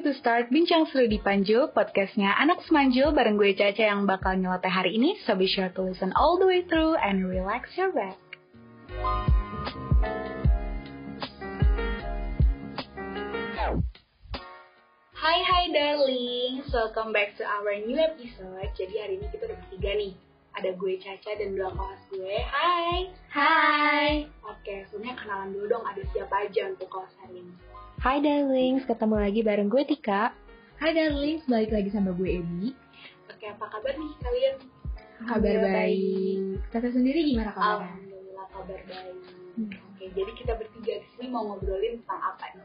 to start Bincang Seru di Panju, podcastnya Anak Semanju bareng gue Caca yang bakal nyeloteh hari ini. So be sure to listen all the way through and relax your back. Hai hai darling, welcome back to our new episode. Jadi hari ini kita udah bertiga nih. Ada gue Caca dan dua kelas gue. Hai. Hai. Oke, sebenarnya kenalan dulu dong ada siapa aja untuk kelas hari ini. Hai darlings, ketemu lagi bareng gue Tika. Hai darling, balik lagi sama gue Edi. Oke, apa kabar nih kalian? Kabar baik. Tata sendiri gimana kabarnya? Alhamdulillah kabar baik. Oke, jadi kita bertiga di sini mau ngobrolin tentang apa nih?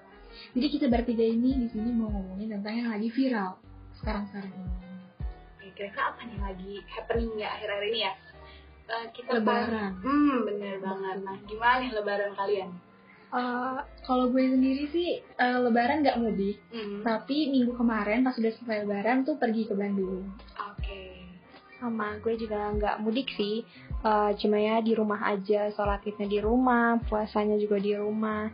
Jadi kita bertiga ini di sini mau ngomongin tentang yang lagi viral sekarang-sekarang ini. Oke, kira-kira apa nih yang lagi happening ya akhir-akhir ini ya? Eh, kita Lebaran. Hmm, bener banget. Nah, gimana nih lebaran kalian? Eh, kalau gue sendiri sih eh, Lebaran nggak mudik, Hmm. Oke. tapi minggu kemarin pas udah selesai Lebaran tuh pergi ke Bandung. Sama, gue juga nggak mudik sih. Eh, cuma ya di rumah aja, sholat idnya di rumah, puasanya juga di rumah.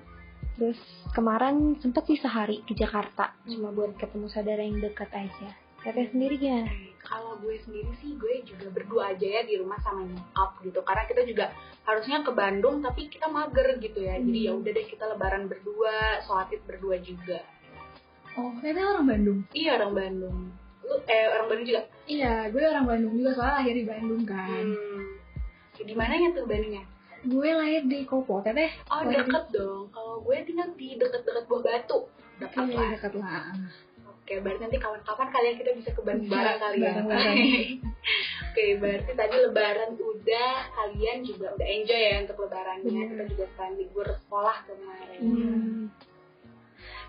Terus kemarin sempet sih sehari ke Jakarta, cuma buat ketemu saudara yang dekat aja. Teteh sendiri gimana? Oke, Kalau gue sendiri sih, gue juga berdua aja ya di rumah sama nyokap gitu. Karena kita juga harusnya ke Bandung, tapi kita mager gitu ya. Jadi Hmm. ya udah deh kita lebaran berdua, sholat id berdua juga. Oh, ternyata orang Bandung. Iya orang Bandung. Lu eh orang Bandung juga? Iya, gue orang Bandung juga soalnya lahir di Bandung kan. Hmm. Di mananya tuh Bandungnya? Gue lahir di Kopo, teteh. Oh Lahir di- deket dong. Kalau gue tinggal di deket-deket Buah Batu. Deket Iya, lah. dekat lah. Oke, berarti nanti kapan-kapan kalian kita bisa ke Bandung Bisa, bareng kali ya. bareng-bareng. Oke, berarti tadi Lebaran udah kalian juga udah enjoy ya untuk Lebarannya. Iya. Bener. Kita juga sekarang libur sekolah kemarin. Hmm.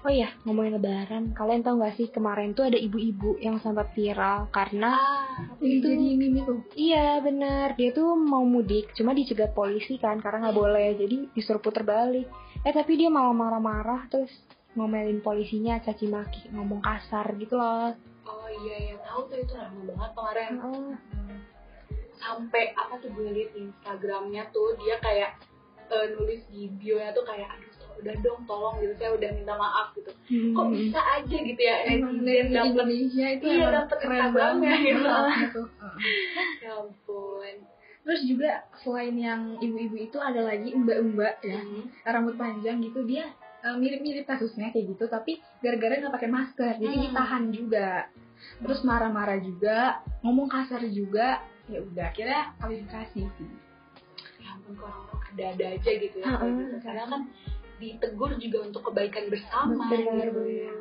Oh iya, ngomongin lebaran, kalian tahu gak sih kemarin tuh ada ibu-ibu yang sempat viral karena Ah, Itu Itu- jadi mimi tuh. Iya benar dia tuh mau mudik cuma dicegat polisi kan karena nggak boleh jadi disuruh puter balik. Eh tapi dia malah marah-marah terus ngomelin polisinya caci maki ngomong kasar gitu loh. oh iya ya tahu tuh itu lama banget kemarin. Heeh. sampai apa tuh gue liat di Instagramnya tuh dia kayak eh, nulis di bio-nya tuh kayak aduh so- udah dong tolong gitu saya udah minta maaf gitu kok Hmm. bisa aja gitu ya Hmm. Emang netizen dari dapet Indonesia itu Iya, emang dapet keren Instagramnya banget gitu. gitu. ya ampun Terus juga selain yang ibu-ibu itu ada lagi mbak-mbak ya, Mhm. rambut panjang gitu dia eh, mirip-mirip kasusnya kayak gitu, tapi gara-gara nggak pakai masker, jadi Hmm. ditahan juga. Terus marah-marah juga, ngomong kasar juga, ya udah akhirnya kualifikasi sih. ya ampun kok orang-orang ada-ada aja gitu ya Ha-ha. karena kan ditegur juga untuk kebaikan bersama Benar, gitu ya.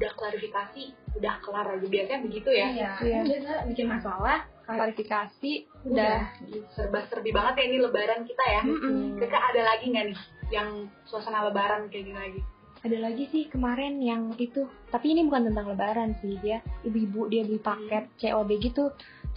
udah klarifikasi udah kelar aja biasanya begitu ya Iya, Iya. ini biasa bikin masalah, Klarifikasi udah. Iya. udah. serba-serbi banget ya ini lebaran kita ya Mm-mm. Kira-kira ada lagi nggak nih yang suasana lebaran kayak gini lagi Ada lagi sih kemarin yang itu tapi ini bukan tentang lebaran sih dia ibu-ibu dia beli paket Iya. COD gitu.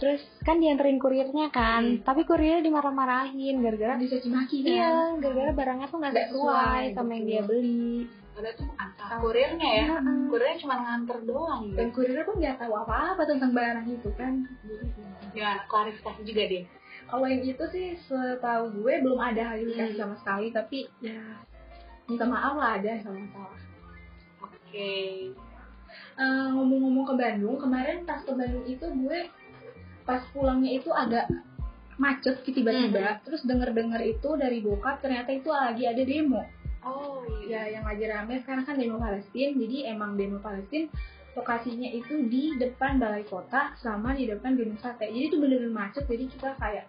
Terus kan dianterin kurirnya kan, Hmm. tapi kurirnya dimarah-marahin gara-gara dicaci maki kan. Iya, gara-gara barangnya tuh nggak Nggak sesuai sesuai, sama yang betul. dia beli. ada tuh antar kurirnya ya kurirnya cuma nganter doang gitu Dan kurirnya pun nggak tahu apa-apa tentang barang itu kan. Gimana? Ya, Klarifikasi juga deh. Kalau yang itu sih setahu gue belum ada klarifikasi Hmm. sama sekali, tapi ya minta maaf lah ada sama salah. Oke. Eh, ngomong-ngomong ke Bandung, kemarin pas ke Bandung itu gue pas pulangnya itu agak macet sih tiba-tiba. Terus denger-denger itu dari bokap ternyata itu lagi ada demo. Oh Ya yang lagi rame sekarang kan demo Palestina, jadi emang demo Palestina lokasinya itu di depan balai kota sama di depan gedung sate. Jadi itu bener-bener macet, jadi kita kayak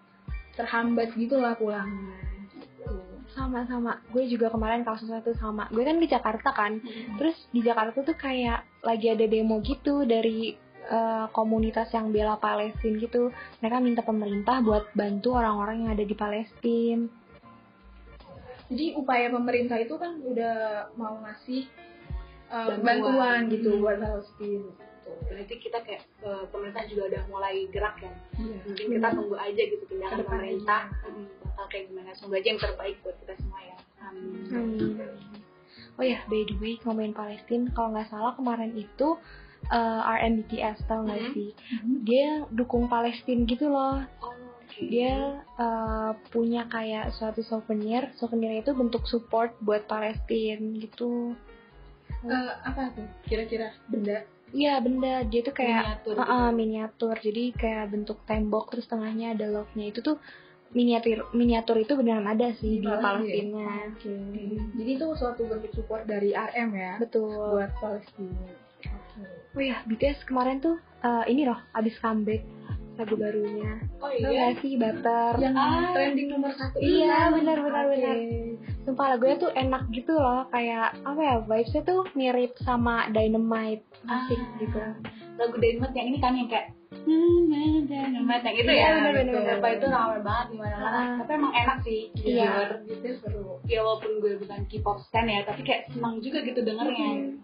terhambat gitu lah pulangnya. Hmm, Gitu. Sama-sama. Gue juga kemarin kasusnya tuh sama. Gue kan di Jakarta kan. Terus di Jakarta tuh kayak lagi ada demo gitu dari eh, komunitas yang bela Palestina gitu. Mereka minta pemerintah buat bantu orang-orang yang ada di Palestina. Jadi upaya pemerintah itu kan udah mau ngasih uh, Bantuan. bantuan. gitu Hmm. buat Palestina. Gitu. Berarti kita kayak eh, pemerintah juga udah mulai gerak ya. Iya. Mungkin kita Hmm. tunggu aja gitu Ke tindakan depan pemerintah Mm, bakal kayak gimana. Semoga aja yang terbaik buat kita semua ya. Amin. Hmm. Amin. Oh ya, by the way, ngomongin Palestina, kalau nggak salah kemarin itu eh, RMBTS tau nggak Mhm. sih? Mhm. Dia dukung Palestina gitu loh. Oh, Oke. dia uh, punya kayak suatu souvenir souvenir itu bentuk support buat Palestina gitu Eh, apa tuh kira-kira benda Iya benda dia tuh kayak miniatur Ah, ah, miniatur jadi kayak bentuk tembok terus tengahnya ada love-nya itu tuh miniatur miniatur itu beneran ada sih Di di Palestina. Palestina Oke. Jadi itu suatu bentuk support dari RM ya betul buat Palestina. Oke. wih BTS kemarin tuh eh, ini loh abis comeback lagu barunya Oh Tau iya. gak sih butter Yang Ah. trending nomor satu. kan? Iya, benar, benar, Oke. benar. sumpah lagunya tuh enak gitu loh kayak apa ya vibesnya tuh mirip sama Dynamite asik Ah. gitu Lagu Dynamite yang ini kan yang kayak Dynamite yang itu ya. Iya, bener, bener, gitu. bener. Apa itu rame banget di mana-mana. Ah. Tapi emang enak sih. Iya. jujur. Itu seru. Ya walaupun gue bukan K-pop stan ya, tapi kayak senang juga gitu dengernya.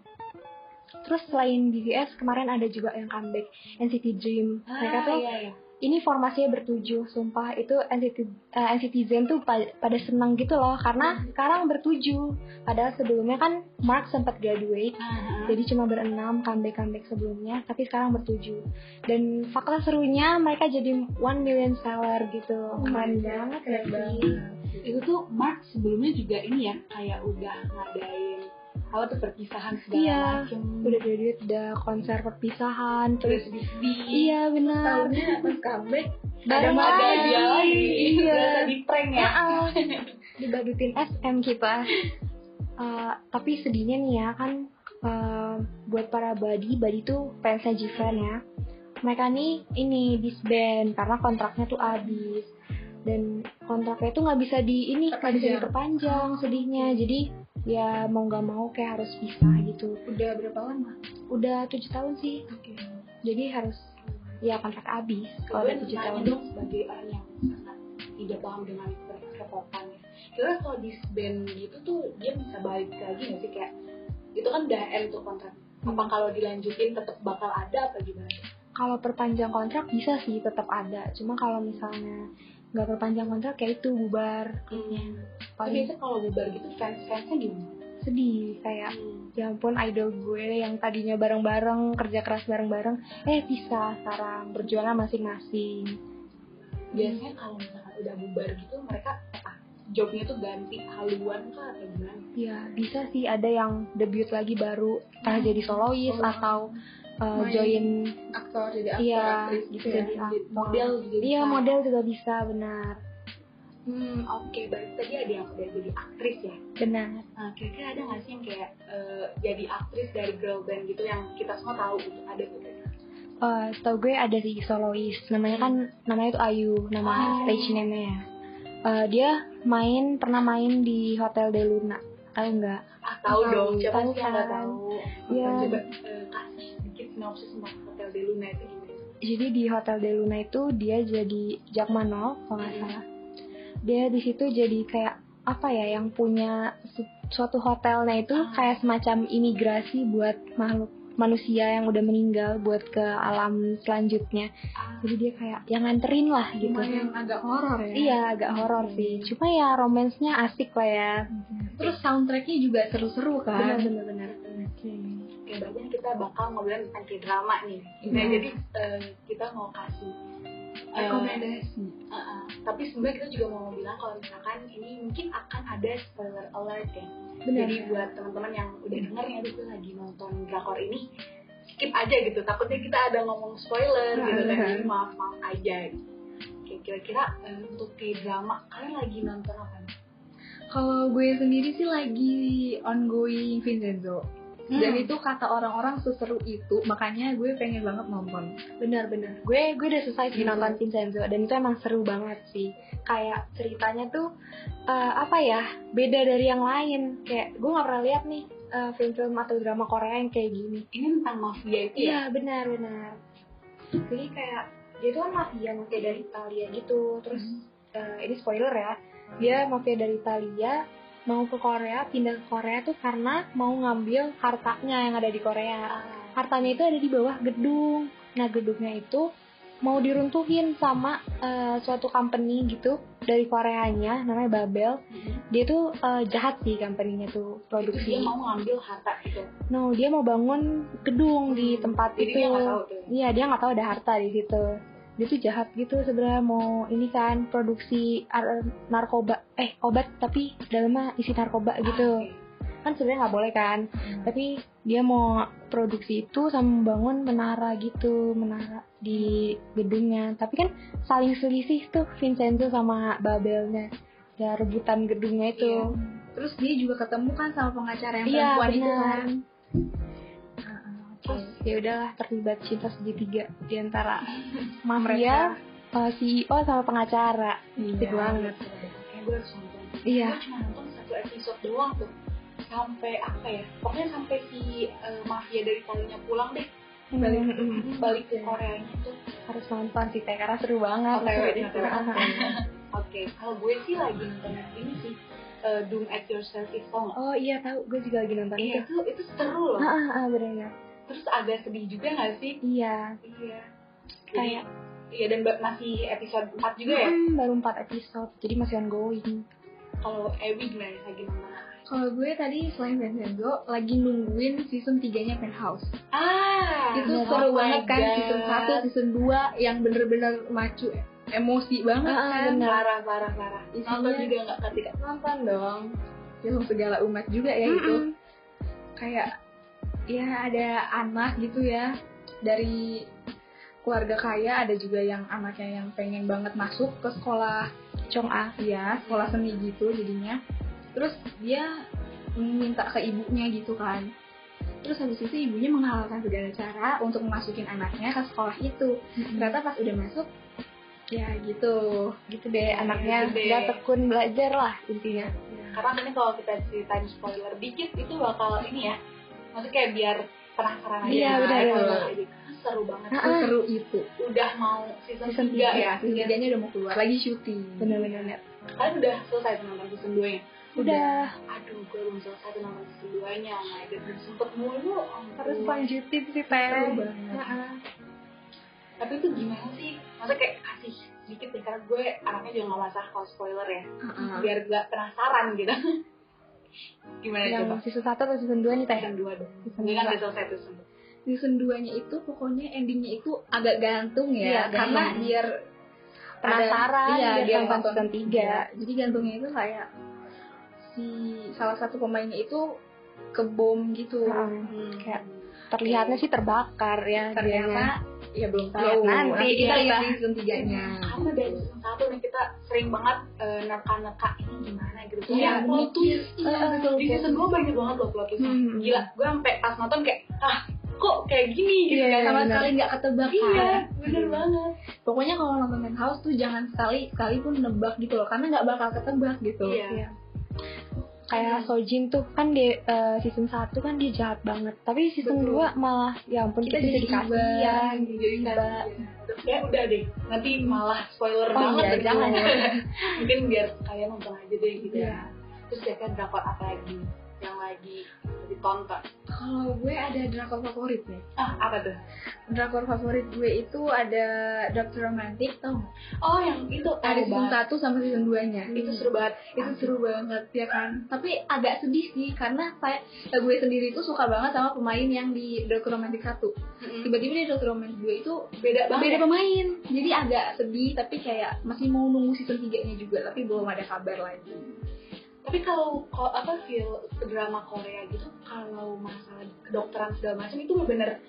terus selain BTS kemarin ada juga yang comeback NCT Dream mereka Ah, tuh iya, iya. ini formasinya bertujuh sumpah itu NCT eh, NCT Zen tuh pa- pada senang gitu loh karena Hmm. sekarang bertujuh padahal sebelumnya kan Mark sempat graduate Ah, jadi cuma berenam comeback comeback sebelumnya tapi sekarang bertujuh dan fakta serunya mereka jadi one million seller gitu Oh keren banget ya Keren sih banget. itu tuh Mark sebelumnya juga ini ya kayak udah ngadain apa tuh perpisahan segala Iya, macem udah graduate udah konser perpisahan terus terus sedih iya benar Tahunnya pas comeback ada Bareng ada lagi. dia lagi iya berasa gitu. di prank ya Maaf, dibadutin SM kita. Eh, tapi sedihnya nih ya kan eh, buat para body, body tuh fansnya Jiven ya. Mereka nih ini disband karena kontraknya tuh habis dan kontraknya tuh nggak bisa di ini nggak bisa Perpanjang. diperpanjang sedihnya jadi ya mau nggak mau kayak harus pisah gitu udah berapa lama? udah tujuh tahun sih Oke. jadi harus ya kontrak habis kalau udah Gue tujuh nanya tahun dong sebagai orang yang sangat tidak paham dengan kepopan ya kira kalau disband gitu tuh dia bisa balik lagi nggak sih kayak itu kan udah end tuh kontrak apa Hmm. kalau dilanjutin tetap bakal ada apa gimana kalau perpanjang kontrak bisa sih tetap ada cuma kalau misalnya nggak perpanjang kontrak kayak itu bubar Tapi paling biasanya kalau bubar gitu fans-fansnya gimana? sedih kayak ya ampun idol gue yang tadinya bareng-bareng kerja keras bareng-bareng eh bisa sekarang berjualan masing-masing biasanya kalau misalkan udah bubar gitu mereka apa jobnya tuh ganti haluan kah atau gimana ya bisa sih ada yang debut lagi baru entah Hmm. jadi solois Oh. atau uh, Main join Aktor jadi aktor iya aktris gitu ya. jadi Jadi aktor. model gitu iya bisa. model juga bisa benar hmm oke berarti tadi ada yang udah jadi aktris ya benar nah kira-kira ada nggak sih yang kayak eh, jadi aktris dari girl band gitu yang kita semua tahu gitu ada gitu Eh, tau gue ada si solois namanya kan namanya tuh Ayu nama Ah. stage name-nya ya. Eh, dia main pernah main di Hotel De Luna tahu nggak ah tahu Tahu, dong siapa tahu sih yang nggak kan. tahu Iya. coba eh, kasih sedikit sinopsis tentang hotel de luna itu gimana jadi di Hotel De Luna itu dia jadi Jakmano kalau nggak Hmm. salah dia di situ jadi kayak apa ya yang punya su- suatu hotelnya itu Ah. kayak semacam imigrasi buat makhluk manusia yang udah meninggal buat ke alam selanjutnya Ah. jadi dia kayak yang nganterin lah gitu Cuma yang agak horor ya. Iya, agak horor sih. Cuma ya romansnya asik lah ya. Terus soundtracknya juga seru-seru kan. Bener-bener. Hmm. Oke, banyak kita bakal ngobrolin tentang drama nih. Nah, Iya. jadi eh, kita mau kasih eh, Rekomendasi. eh, eh, tapi sebenarnya kita juga mau bilang kalau misalkan ini mungkin akan ada spoiler alert ya. Jadi buat teman-teman yang udah denger ya, itu lagi nonton drakor ini, skip aja gitu. Takutnya kita ada ngomong spoiler Nah, gitu kan. Iya. Jadi maaf maaf aja. Gitu. Oke, kira-kira eh, untuk kayak drama kalian lagi nonton apa? nih? Kalau gue sendiri sih lagi ongoing Vincenzo. Dan Hmm. itu kata orang-orang seseru itu, makanya gue pengen banget nonton. Bener-bener. Gue gue udah selesai sih Hmm. nonton Vincenzo dan itu emang seru banget sih. Kayak ceritanya tuh eh, apa ya? Beda dari yang lain. Kayak gue nggak pernah lihat nih eh, film-film atau drama Korea yang kayak gini. Ini tentang mafia itu ya? Iya, benar-benar. Jadi kayak dia tuh kan mafia mafia dari Italia gitu. Terus Hmm. eh, ini spoiler ya. Dia mafia dari Italia mau ke Korea, pindah ke Korea tuh karena mau ngambil hartanya yang ada di Korea. Ah. Hartanya itu ada di bawah gedung. Nah, gedungnya itu mau diruntuhin sama eh, suatu company gitu dari Koreanya namanya Babel. Dia tuh eh, jahat sih company-nya Itu tuh dia produksi. mau ngambil harta itu. No, dia mau bangun gedung di tempat Jadi itu. dia nggak tahu tuh. Iya dia nggak tahu ada harta di situ. Dia tuh jahat gitu sebenarnya mau ini kan produksi ar- narkoba eh obat tapi dalamnya isi narkoba gitu. Ah, oke. kan sebenarnya nggak boleh kan Hmm. tapi dia mau produksi itu sama membangun menara gitu menara di gedungnya tapi kan saling selisih tuh Vincenzo sama Babelnya ya rebutan gedungnya itu Iya. Terus dia juga ketemu kan sama pengacara yang iya perempuan itu benar kan. Ah, ah, oke. terus ya udahlah terlibat cinta segitiga di antara Mereka. mafia eh, CEO sama pengacara Iya. banget. Kayak gue harus nonton. iya Gue cuma nonton satu episode doang tuh. Sampai apa ya? Pokoknya sampai si eh, mafia dari Italinya pulang deh. balik Balik ke Koreanya tuh. Hmm, harus nonton sih Teh, karena seru banget Oke, Seru oke, itu. oke. Ah, Oke, kalau gue sih lagi nonton ini sih. eh, Doom at Yourself itu nggak? oh iya tahu gue juga lagi nonton Iya. itu Itu itu seru loh. ah ah, ah benar Terus agak sedih juga nggak sih? iya Iya. kayak Iya dan ba- masih episode 4 juga ya. Mm, baru 4 episode, jadi masih ongoing. Kalau Ewi gimana lagi nonton? apa? Kalau gue tadi selain Vincenzo lagi nungguin season 3-nya Penthouse. Ah, itu Oh seru my banget kan God. season 1, season 2 yang bener-bener macu emosi banget Ah, kan. bener. parah parah parah. Isinya- Nonton juga nggak ketika Nonton dong. Film segala umat juga ya itu. Kayak ya ada anak gitu ya dari keluarga kaya ada juga yang anaknya yang pengen banget masuk ke sekolah Chong Ah. A. ya sekolah seni gitu jadinya terus dia minta ke ibunya gitu kan terus habis itu ibunya menghalalkan segala cara untuk memasukin anaknya ke sekolah itu ternyata pas udah masuk ya gitu Gitu deh, anaknya gitu deh. udah tekun belajar lah intinya. Karena ini kalau kita ceritain spoiler dikit itu bakal ini ya. Maksudnya kayak biar penasaran aja. Iya, Nah, benar, itu benar. bakal jadi- Seru banget. Ah, ah. seru itu Udah mau season, Season 3 ya. Iya. ya ketiganya udah mau keluar lagi syuting Bener-bener net. Kalian udah selesai tuh nonton season 2 nya? Udah, Aduh, gue belum selesai tuh nonton season 2 nya. Oh my God, belum sempet mulu. ampun. harus lanjutin sih Teh. seru banget Ah, ah. Tapi itu gimana sih? Maksudnya kayak kasih sedikit deh. Karena gue anaknya juga gak masalah kalau spoiler ya. Ah, ah. Biar gak penasaran gitu. gimana Yang Iya, coba? season 1 atau season 2 nih Teh? Season 2 dong. Iya. Season Gue kan dua. udah selesai tuh season season 2 nya itu pokoknya endingnya itu agak gantung ya Iya, gantung. karena biar Penasaran, ada- iya, biar nonton biar Iya. nonton season 3. jadi gantungnya itu kayak si salah satu pemainnya itu kebom gitu Ah, Hmm. kayak Terlihatnya sih terbakar ya. dianya. ternyata Nah, ya belum Lihat tahu nanti, kita iya. lihat di season 3 nya Karena dari season 1 nih kita sering banget eh, nerka-nerka ini gimana gitu. Iya, Yang plot mikir. twist. Iya, Eh, betul. Di betul. season 2 banyak banget loh plot twistnya. Hmm. Gila, gue sampai pas nonton kayak, ah kok kayak gini gitu Iya, kan. sama benar. sekali nggak ketebak Iya, kan. bener banget. pokoknya kalau nonton Penthouse tuh jangan sekali sekali pun nebak gitu loh karena nggak bakal ketebak gitu Iya. Iya. Kayak Sojin tuh kan di eh, season 1 kan dia jahat banget, tapi season Betul. 2 malah ya ampun kita kita, jadi jadi iya. iba kasihan. jadi iba Terus kayak Ya udah deh, nanti malah spoiler Oh banget. iya, deh. jangan. Mungkin biar kalian nonton aja deh gitu Iya. ya. Terus ya kan drakor apa lagi yang lagi ditonton? kalau gue ada drakor favorit nih Ah, apa tuh? drakor favorit gue itu ada Dr. Romantic tau nggak? Oh, yang itu. ada seru season banget. 1 sama season 2 nya Itu seru banget. itu seru banget ya kan tapi agak sedih sih karena saya gue sendiri tuh suka banget sama pemain yang di Dr. Romantic 1 Mm-mm. tiba-tiba di Dr. Romantic 2 itu Beda banget. Hmm. beda pemain jadi agak sedih tapi kayak masih mau nunggu season 3 nya juga tapi belum ada kabar lagi tapi kalau kalau apa feel drama Korea gitu kalau masalah kedokteran segala macam itu bener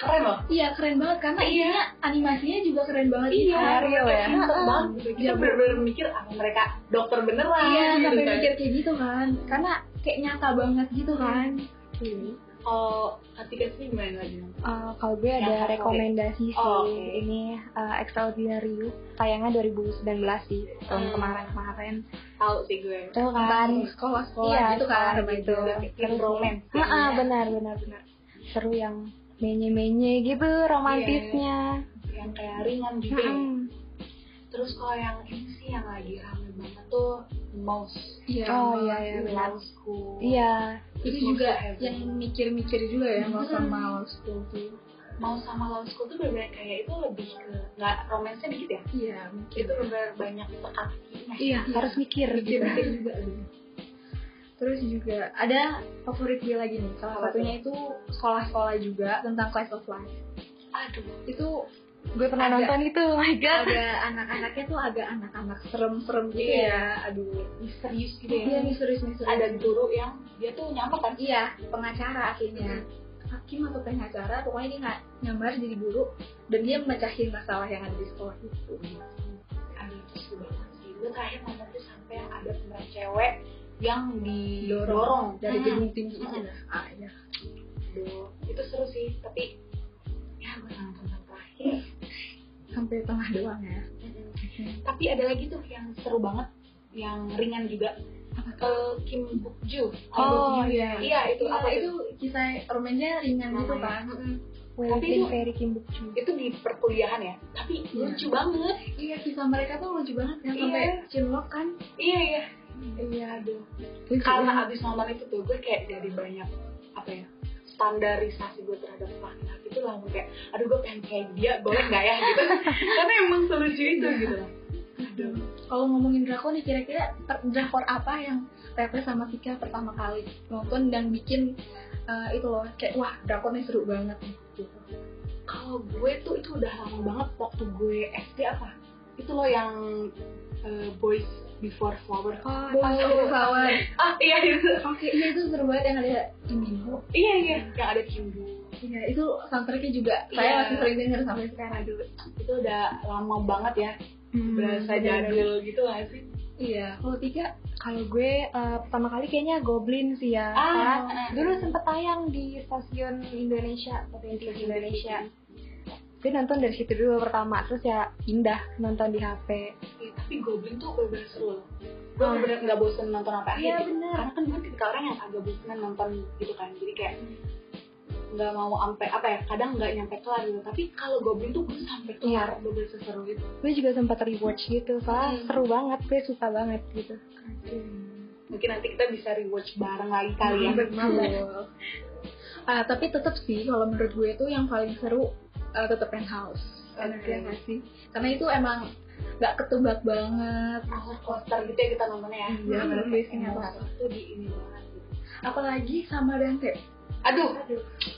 keren loh iya keren banget karena isinya animasinya juga keren banget Iya, Itu real Pinter ya. Heeh. Iya, banget gitu. kita Jago. bener-bener mikir apa mereka dokter beneran iya gitu sampai kan. mikir kayak gitu kan karena kayak nyata banget gitu kan oh ketika sih gimana lagi Eh, kalau gue Yang ada favorit. rekomendasi sih Oh, oke. ini eh, Extraordinary You tayangnya 2019 sih tahun Hmm. kemarin-kemarin tahu sih gue itu kan tentang sekolah-sekolah Iya, gitu kan sekolah gitu. remaja. film romance gitu Ah, ah, ya. benar benar benar seru yang menye-menye gitu Iya, romantisnya yang kayak ringan gitu ya. Mm-mm. terus kalau yang ini sih yang lagi rame banget tuh mouse Iya, Oh, banget. iya, iya, benar. mouse school iya itu juga yang mikir-mikir juga ya mau sama law school tuh mau sama law school tuh bener-bener kayak itu lebih ke nggak romansnya dikit ya iya mikir itu bener-bener banyak teka-tekinya iya harus mikir mikir gitu. mikir juga aduh. terus juga ada favorit gue lagi nih salah Apa satunya itu sekolah-sekolah juga tentang class of life aduh itu Gue pernah Ada. nonton itu, oh my god. ada anak-anaknya tuh agak anak-anak serem-serem gitu Iya. ya aduh misterius gitu ya iya misterius-misterius ada guru yang dia tuh nyampe kan iya pengacara akhirnya hakim atau pengacara pokoknya dia nggak nyamar jadi guru dan dia mecahin masalah yang ada di sekolah itu aduh itu seru banget sih gue terakhir nonton tuh sampai yang ada pemeran cewek yang didorong dari Hmm. gedung tinggi itu Hmm. ah, iya. Aduh, itu seru sih tapi ya gue nonton sampai terakhir sampai tengah doang ya tapi ada lagi tuh yang seru banget yang ringan juga Eh, Kim Buk Ju Oh, iya. iya itu apa itu kisah romannya ringan gitu kan Tapi Waiting itu- Fairy Kim Buk Ju. itu di perkuliahan ya tapi Iya. lucu banget iya kisah mereka tuh lucu banget yang Iya. sampai cinlok kan iya iya Hmm. iya aduh karena abis nonton itu tuh gue kayak jadi banyak apa ya standarisasi gue terhadap laki-laki itu langsung kayak aduh gue pengen kayak dia boleh nggak ya gitu karena emang selucu itu gitu loh aduh kalau ngomongin drakor nih kira-kira per- drakor apa yang Pepe sama Vika pertama kali nonton dan bikin eh, itu loh kayak wah drakornya seru banget nih, gitu. kalau gue tuh itu udah lama banget waktu gue SD apa itu loh yang eh, boys before flower Oh, Boys Over Flower. ah iya itu Oke, iya itu seru banget yang ada Indigo. iya iya yang ada Kimbo Iya, itu soundtracknya juga saya Iya. masih sering denger sampai sekarang. aduh itu udah lama banget ya Hmm, berasa bener-bener. jadul gitu lah sih Iya, kalau Vika Kalau gue eh, pertama kali kayaknya Goblin sih ya. Ah, Karena ah. dulu sempet tayang di stasiun Indonesia, stasiun TV Indonesia. Gue nonton dari situ dulu pertama, terus ya pindah nonton di HP. Iya, tapi Goblin tuh bener-bener seru loh gue bener nggak bosen nonton apa Iya, aja gitu. bener. karena kan gue ketika orang yang agak bosenan nonton gitu kan jadi kayak nggak mau sampai apa ya kadang nggak nyampe kelar gitu tapi kalau Goblin tuh gue sampai kelar gue bener seru itu Gue juga sempat rewatch gitu, soalnya Hmm. seru banget, gue suka banget gitu. mungkin nanti kita bisa rewatch bareng lagi kali ya Betul. Ah, tapi tetap sih kalau menurut gue itu yang paling seru eh, tetap penthouse. Enak Oke. ya nggak sih? Karena itu emang nggak ketebak banget. roller coaster gitu ya kita nontonnya ya Iya, bener. biasanya tuh di ini banget gitu. Apalagi sama Dante. aduh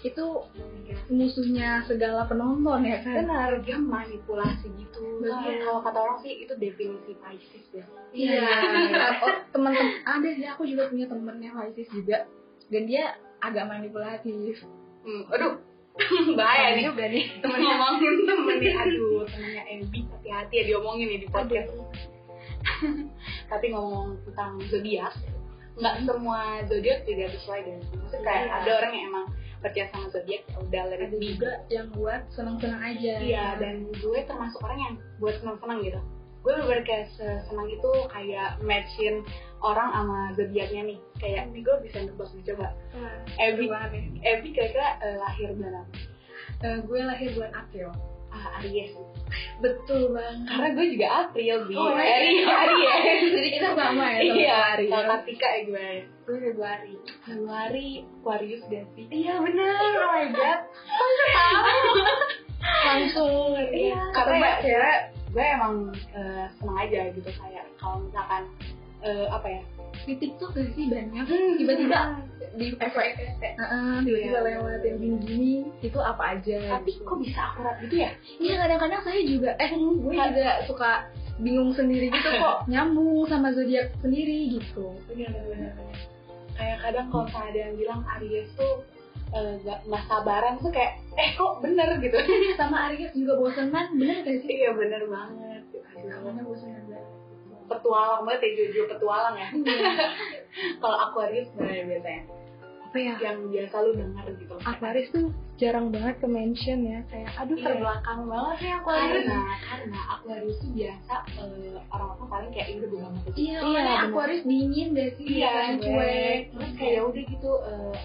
Itu musuhnya segala penonton ya kan? benar dia manipulasi gitu Betul. Kan kalau kata orang sih itu definisi Pisces ya Iya. oh, teman-teman ada sih aku juga punya temennya Pisces juga dan dia agak manipulatif. hmm, aduh bahaya nih juga nih. temen ngomongin temen nih aduh temennya MB hati-hati ya diomongin nih di podcast tapi ngomong tentang zodiak nggak semua zodiak juga sesuai dengan maksudnya kayak Iya. ada orang yang emang percaya sama zodiak ya udah let it Ada be. juga yang buat senang-senang aja. iya dan gue termasuk orang yang buat senang-senang gitu gue bener kayak senang itu kayak matchin orang sama zodiaknya nih kayak nih gue bisa nebak nih coba Ah, seru Evi banget ya. Evi kira-kira eh, lahir bulan apa Eh, gue lahir bulan April. ah, Aries Betul banget. karena gue juga April bi Oh, iya. Aries Aries Jadi kita sama ya sama iya Ari. kalau Kartika ya gue Gue Februari. Februari Aquarius gak sih Iya benar. oh my god Langsung. Iya, Ketebak karena ya. gue emang eh, seneng aja gitu kayak kalau misalkan eh, apa ya Di TikTok gak sih banyak Hmm. tiba-tiba Hmm. di FYP. Heeh, tiba-tiba Iya. lewat yang gini itu apa aja. "Eh, tapi gitu. kok bisa akurat gitu ya Iya kadang-kadang saya juga eh gue juga suka bingung sendiri gitu kok nyambung sama zodiak sendiri gitu. bener-bener kayak kadang kalau misalnya ada yang bilang Aries tuh eh, nggak nggak sabaran tuh kayak eh kok bener gitu Iya, Sama Aries juga bosenan, bener gak sih? iya bener banget Namanya bosenan banget. petualang banget ya Jojo petualang ya Iya. kalau Aquarius gimana biasanya Apa ya? yang biasa lu denger gitu Aquarius tuh jarang banget ke mention ya, kayak aduh Iya. terbelakang banget ya Aquarius. karena karena Aquarius tuh biasa eh, orang-orang paling kayak ini udah gue banget Iya, Iya, makanya bener. Aquarius dingin deh sih, bukan cuek. Iya, terus kayak ya udah gitu eh,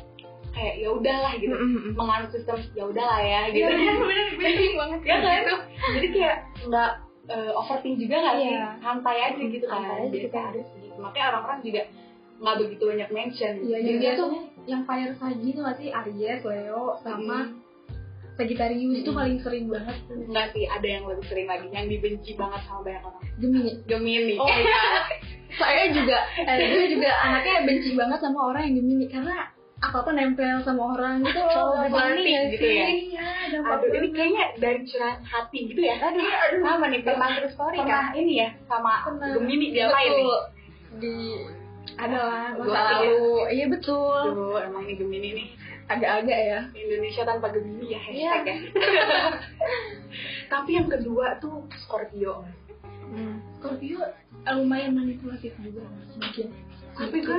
kayak ya udahlah gitu Mm-mm. menganut sistem ya udahlah ya Iya, gitu bener-bener penting banget ya kan jadi kayak nggak eh, overthink juga nggak sih Iya. santai aja gitu kan Santai aja Jadi kita. Aquarius gitu. makanya orang-orang juga nggak begitu banyak mention Iya, Dan jadi dia tuh yang fire saji tuh masih Aries, Leo, sama Sagittarius itu Hmm. paling sering banget nggak sih ada yang lebih sering lagi yang dibenci banget sama banyak orang Gemini. Gemini Oh iya. Saya juga, eh, gue juga anaknya benci banget sama orang yang Gemini karena apa apa nempel sama orang gitu Oh, loh nggak flirting nggak gitu ya? iya ada Aduh, ini kayaknya dari curahan hati gitu ya. Aduh, sama nih pernah terus story Pernah. kan. Ini ya sama Pernah. Gemini dia lain nih. di ada lah Gua masa tahu. lalu iya betul Aduh, emang ini Gemini nih. agak-agak ya Indonesia tanpa Gemini ya hashtag ya. Tapi yang kedua tuh Scorpio. Nah, Scorpio eh, lumayan manipulatif juga Mas, mungkin Tapi gue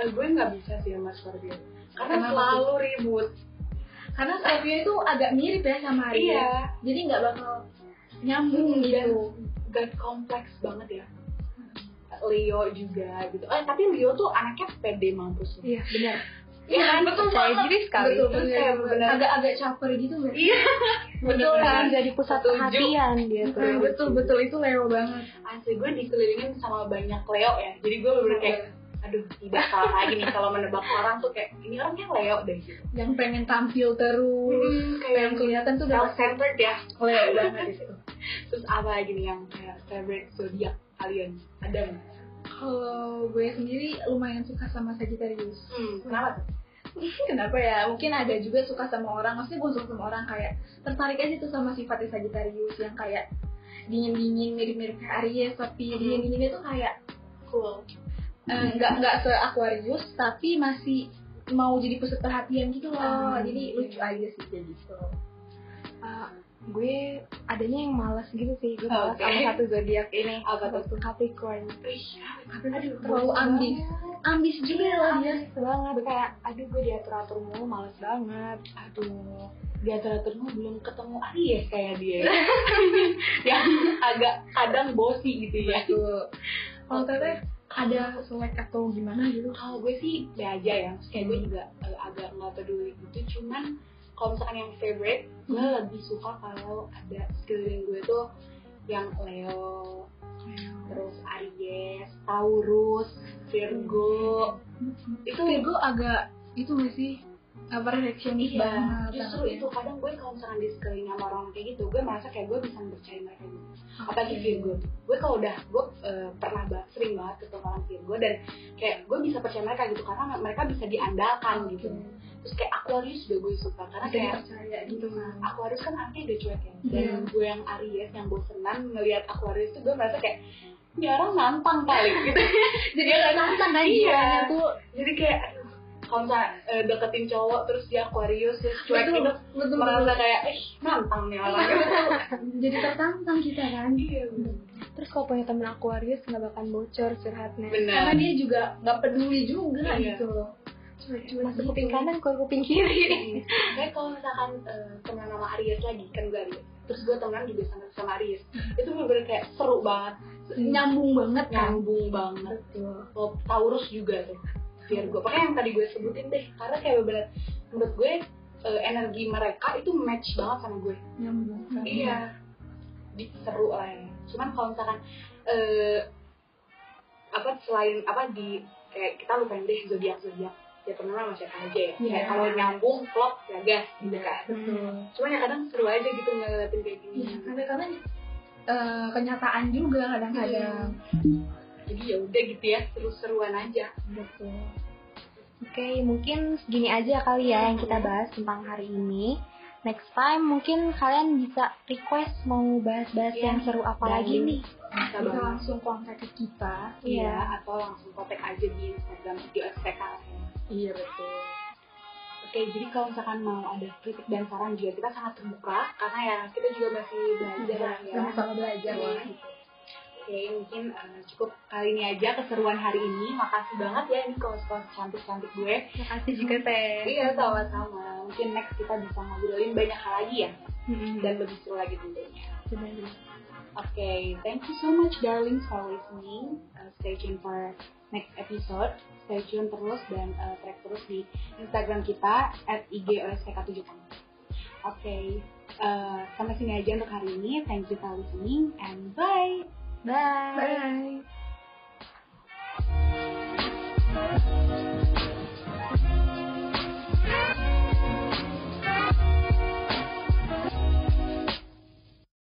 eh, gue nggak bisa sih sama Scorpio. Karena Kenapa selalu ribut. karena Scorpio itu agak mirip ya sama Aries Iya. jadi nggak bakal nyambung Dan gitu dan kompleks banget ya. Leo juga gitu. Eh tapi Leo tuh anaknya pede mampus. Iya, benar. Iya kan? Betul Percaya banget. diri sekali. betul Terus bener. kayak bener. agak-agak caper gitu nggak Iya. betul kan Jadi pusat ya. Setuju. perhatian dia tuh. Nah, betul betul itu Leo banget Asli gue dikelilingin sama banyak Leo ya. Jadi gue bener kayak aduh tidak salah lagi nih kalau menebak orang tuh kayak ini orangnya Leo deh gitu. yang pengen tampil terus Hmm, yang kelihatan tuh udah self centered ya. Leo banget itu Terus apa lagi nih yang kayak favorite zodiak kalian? Ada nggak? kalau gue sendiri lumayan suka sama Sagittarius Hmm, kenapa tuh? Kenapa ya? Mungkin ada juga suka sama orang, maksudnya bukan suka sama orang kayak tertarik aja tuh sama sifatnya Sagittarius yang kayak dingin-dingin mirip-mirip kayak Aries tapi Hmm. dingin-dinginnya tuh kayak Cool. eh, nggak nggak se Aquarius tapi masih mau jadi pusat perhatian gitu loh. Ah. Jadi lucu aja sih kayak gitu. Eh, gue adanya yang malas gitu sih. Gue malas Oke. sama satu zodiak ini. Apa tuh? Capricorn. Ih, Aduh, terlalu ambis. Banget. Ambis juga ya, Iya, loh dia. ambis banget kayak aduh gue diatur atur mulu malas banget. aduh. Di antara temen belum ketemu Aries kayak dia. ya. yang agak kadang bosi gitu ya. Betul. Kalau teteh ada selek atau gimana gitu? Kalau gue sih be aja ya, Maksudnya kayak gue juga eh, agak nggak peduli gitu. Cuman kalau misalkan yang favorite, gue Hmm. lebih suka kalau ada sekeliling gue tuh yang Leo, terus Aries, Taurus, Virgo. Itu Virgo agak itu nggak sih? Apa reaksionis Iya, banget? justru takutnya. itu kadang gue kalau misalkan di sekeliling sama orang kayak gitu, gue merasa kayak gue bisa mempercayai mereka gitu. Apalagi Virgo, gue kalau udah gue eh, pernah ba- sering banget ketemu orang Virgo dan kayak gue bisa percaya mereka gitu karena mereka bisa diandalkan gitu. Terus kayak Aquarius juga gue suka karena Bisa kayak dipercaya gitu kan. Aquarius kan artinya udah cuek ya. Dan Iya. gue yang Aries yang bosenan ngelihat Aquarius tuh gue merasa kayak ini orang nampang paling gitu. Jadi agak kan, gitu. nantang aja Iya. jiwanya tuh. Jadi kayak aduh, kalau misalnya eh, deketin cowok terus dia Aquarius terus cuek Betul, gitu betul, merasa betul. kayak eh nampang nih orang Jadi tertantang kita kan. Iya, bener. Terus kalau punya temen Aquarius nggak bakal bocor curhatnya. bener Karena dia juga nggak peduli juga Iya. gitu loh. Cuek-cuek Masuk gitu. kuping kanan, keluar kuping kiri. Iya. Kayak kalau misalkan eh, temenan sama Aries lagi kan gue Aries terus gue temenan juga sama sama Aries itu bener-bener kayak seru banget Nyambung banget kan. nyambung banget Betul. Kalau Taurus juga tuh Virgo pokoknya yang tadi gue sebutin deh karena kayak bener menurut gue eh, energi mereka itu match banget sama gue Nyambung. Iya. Di, seru lah ya. Cuman kalau misalkan eh apa selain apa di kayak kita lupain deh zodiak zodiak ya teman sama siapa aja ya. Iya. Kayak kalau nyambung klop ya gas gitu kan. Betul. Cuman ya kadang seru aja gitu ngeliatin kayak gini. Iya, kadang-kadang eh, kenyataan juga kadang-kadang. Jadi ya udah gitu ya seru-seruan aja. Iya. Betul. Oke, mungkin segini aja kali ya yang kita bahas tentang hari ini. Next time mungkin kalian bisa request mau bahas-bahas Iya. yang seru apa Dan- lagi nih. Bisa Bisa banget. langsung kontak ke kita. Iya. Iya. Atau langsung kontak aja di Instagram video SPKL. Iya betul. Oke, jadi kalau misalkan mau ada kritik dan saran juga kita sangat terbuka karena ya kita juga masih belajar lah ya. Sama-sama belajar lah. Oke, mungkin eh, cukup kali ini aja keseruan hari ini. Makasih banget ya ini kawan-kawan cantik-cantik gue. Makasih juga Teh. Iya, sama-sama. Mungkin next kita bisa ngobrolin banyak hal lagi ya dan lebih seru lagi tentunya. Oke, thank you so much darling for listening. Uh, stay tuned for next episode. Stay tune terus dan uh, track terus di Instagram kita at 70 Oke, uh, sampai sini aja untuk hari ini. Thank you for listening and bye! Bye. Bye.